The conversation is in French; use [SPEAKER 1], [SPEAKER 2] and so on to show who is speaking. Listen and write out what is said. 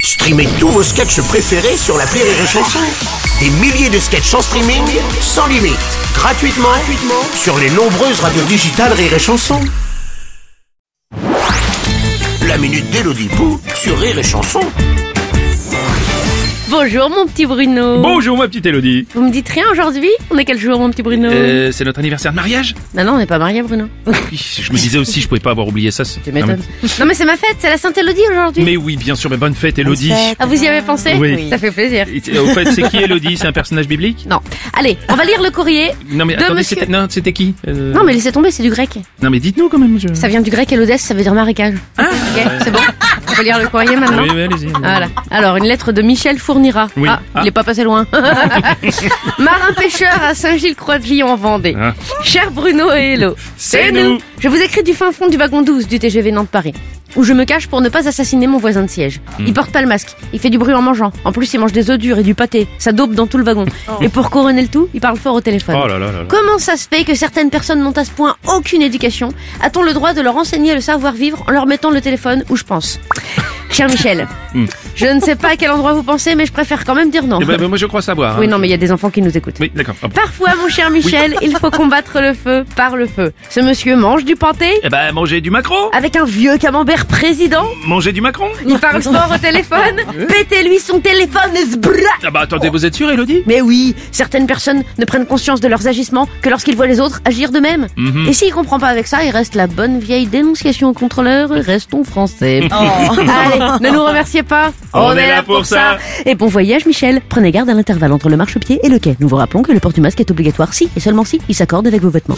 [SPEAKER 1] Streamez tous vos sketchs préférés sur la Rire et Chanson. Des milliers de sketchs en streaming, sans limite, gratuitement, gratuitement sur les nombreuses radios digitales Rire et Chanson. La minute d'Elodie sur Rire et Chanson.
[SPEAKER 2] Bonjour mon petit Bruno.
[SPEAKER 3] Bonjour ma petite Elodie.
[SPEAKER 2] Vous me dites rien aujourd'hui On est quel jour mon petit Bruno
[SPEAKER 3] Euh, c'est notre anniversaire de mariage
[SPEAKER 2] Non non, on n'est pas mariés Bruno.
[SPEAKER 3] Oui, je me disais aussi, je pouvais pas avoir oublié ça. c'est-
[SPEAKER 2] Tu m'étonnes.
[SPEAKER 3] Non,
[SPEAKER 2] non mais c'est ma fête, c'est la Sainte Élodie
[SPEAKER 3] mais...
[SPEAKER 2] aujourd'hui.
[SPEAKER 3] mais oui, bien sûr, mais bonne fête Elodie.
[SPEAKER 2] Ah vous y avez pensé
[SPEAKER 3] Oui.
[SPEAKER 2] Ça fait plaisir.
[SPEAKER 3] Au fait, c'est qui Elodie C'est un personnage biblique
[SPEAKER 2] Non. Allez, on va lire le courrier.
[SPEAKER 3] Non mais
[SPEAKER 2] De
[SPEAKER 3] attendez,
[SPEAKER 2] monsieur-
[SPEAKER 3] c'était non, c'était qui Euh,
[SPEAKER 2] Non mais laissez tomber, c'est du grec.
[SPEAKER 3] non, mais dites-nous quand même. je-
[SPEAKER 2] Ça vient du grec Elodès, ça veut dire marécage. ok, c'est bon. On va lire le courrier maintenant.
[SPEAKER 3] Ah. Oui, oui, allez-y.
[SPEAKER 2] Voilà. Alors, une lettre de Michel Fournira.
[SPEAKER 3] Oui.
[SPEAKER 2] Ah,
[SPEAKER 3] Ah.
[SPEAKER 2] il est pas passé loin. Marin pêcheur à Saint-Gilles-Croix-de-Vie en Vendée.
[SPEAKER 3] Ah.
[SPEAKER 2] Cher Bruno et Hello.
[SPEAKER 3] C'est nous.
[SPEAKER 2] Je vous écris du fin fond du wagon 12 du TGV Nantes-Paris, où je me cache pour ne pas assassiner mon voisin de siège.
[SPEAKER 3] Hmm.
[SPEAKER 2] Il porte pas le masque, il fait du bruit en mangeant. En plus, il mange des œufs durs et du pâté. Ça dope dans tout le wagon. Et pour couronner le tout, il parle fort au téléphone.
[SPEAKER 3] Oh là là là là.
[SPEAKER 2] Comment ça se fait que certaines personnes n'ont à ce point aucune éducation A-t-on le droit de leur enseigner le savoir-vivre en leur mettant le téléphone où je pense Cher Michel, je ne sais pas à quel endroit vous pensez, mais je préfère quand même dire non.
[SPEAKER 3] Hmm. Eh ben, ben, moi je crois savoir.
[SPEAKER 2] Oui,
[SPEAKER 3] hein.
[SPEAKER 2] non, mais il y a des enfants qui nous écoutent.
[SPEAKER 3] Oui, d'accord. Ah Hop.
[SPEAKER 2] Parfois, mon cher Michel, il faut combattre le feu par le feu. Ce monsieur mange du panté
[SPEAKER 3] Eh ben, mangez du macro
[SPEAKER 2] avec un vieux camembert président.
[SPEAKER 3] Mangez du macron
[SPEAKER 2] Il parle fort au téléphone. Pétez-lui son téléphone, sbra
[SPEAKER 3] Ah bah
[SPEAKER 2] Oh.
[SPEAKER 3] attendez, vous êtes sûr Elodie
[SPEAKER 2] Mais oui, certaines personnes ne prennent conscience de leurs agissements que lorsqu'ils voient les autres agir de même.
[SPEAKER 3] Mhm.
[SPEAKER 2] Et s'il comprend pas avec ça, il reste la bonne vieille dénonciation au contrôleur. Restons français. Allez, ne nous remerciez pas.
[SPEAKER 3] On est là pour ça.
[SPEAKER 2] Et bon voyage, Michel. Prenez garde à l'intervalle entre le marchepied et le quai. Nous vous rappelons que le port du masque est obligatoire si et seulement si il s'accorde avec vos vêtements.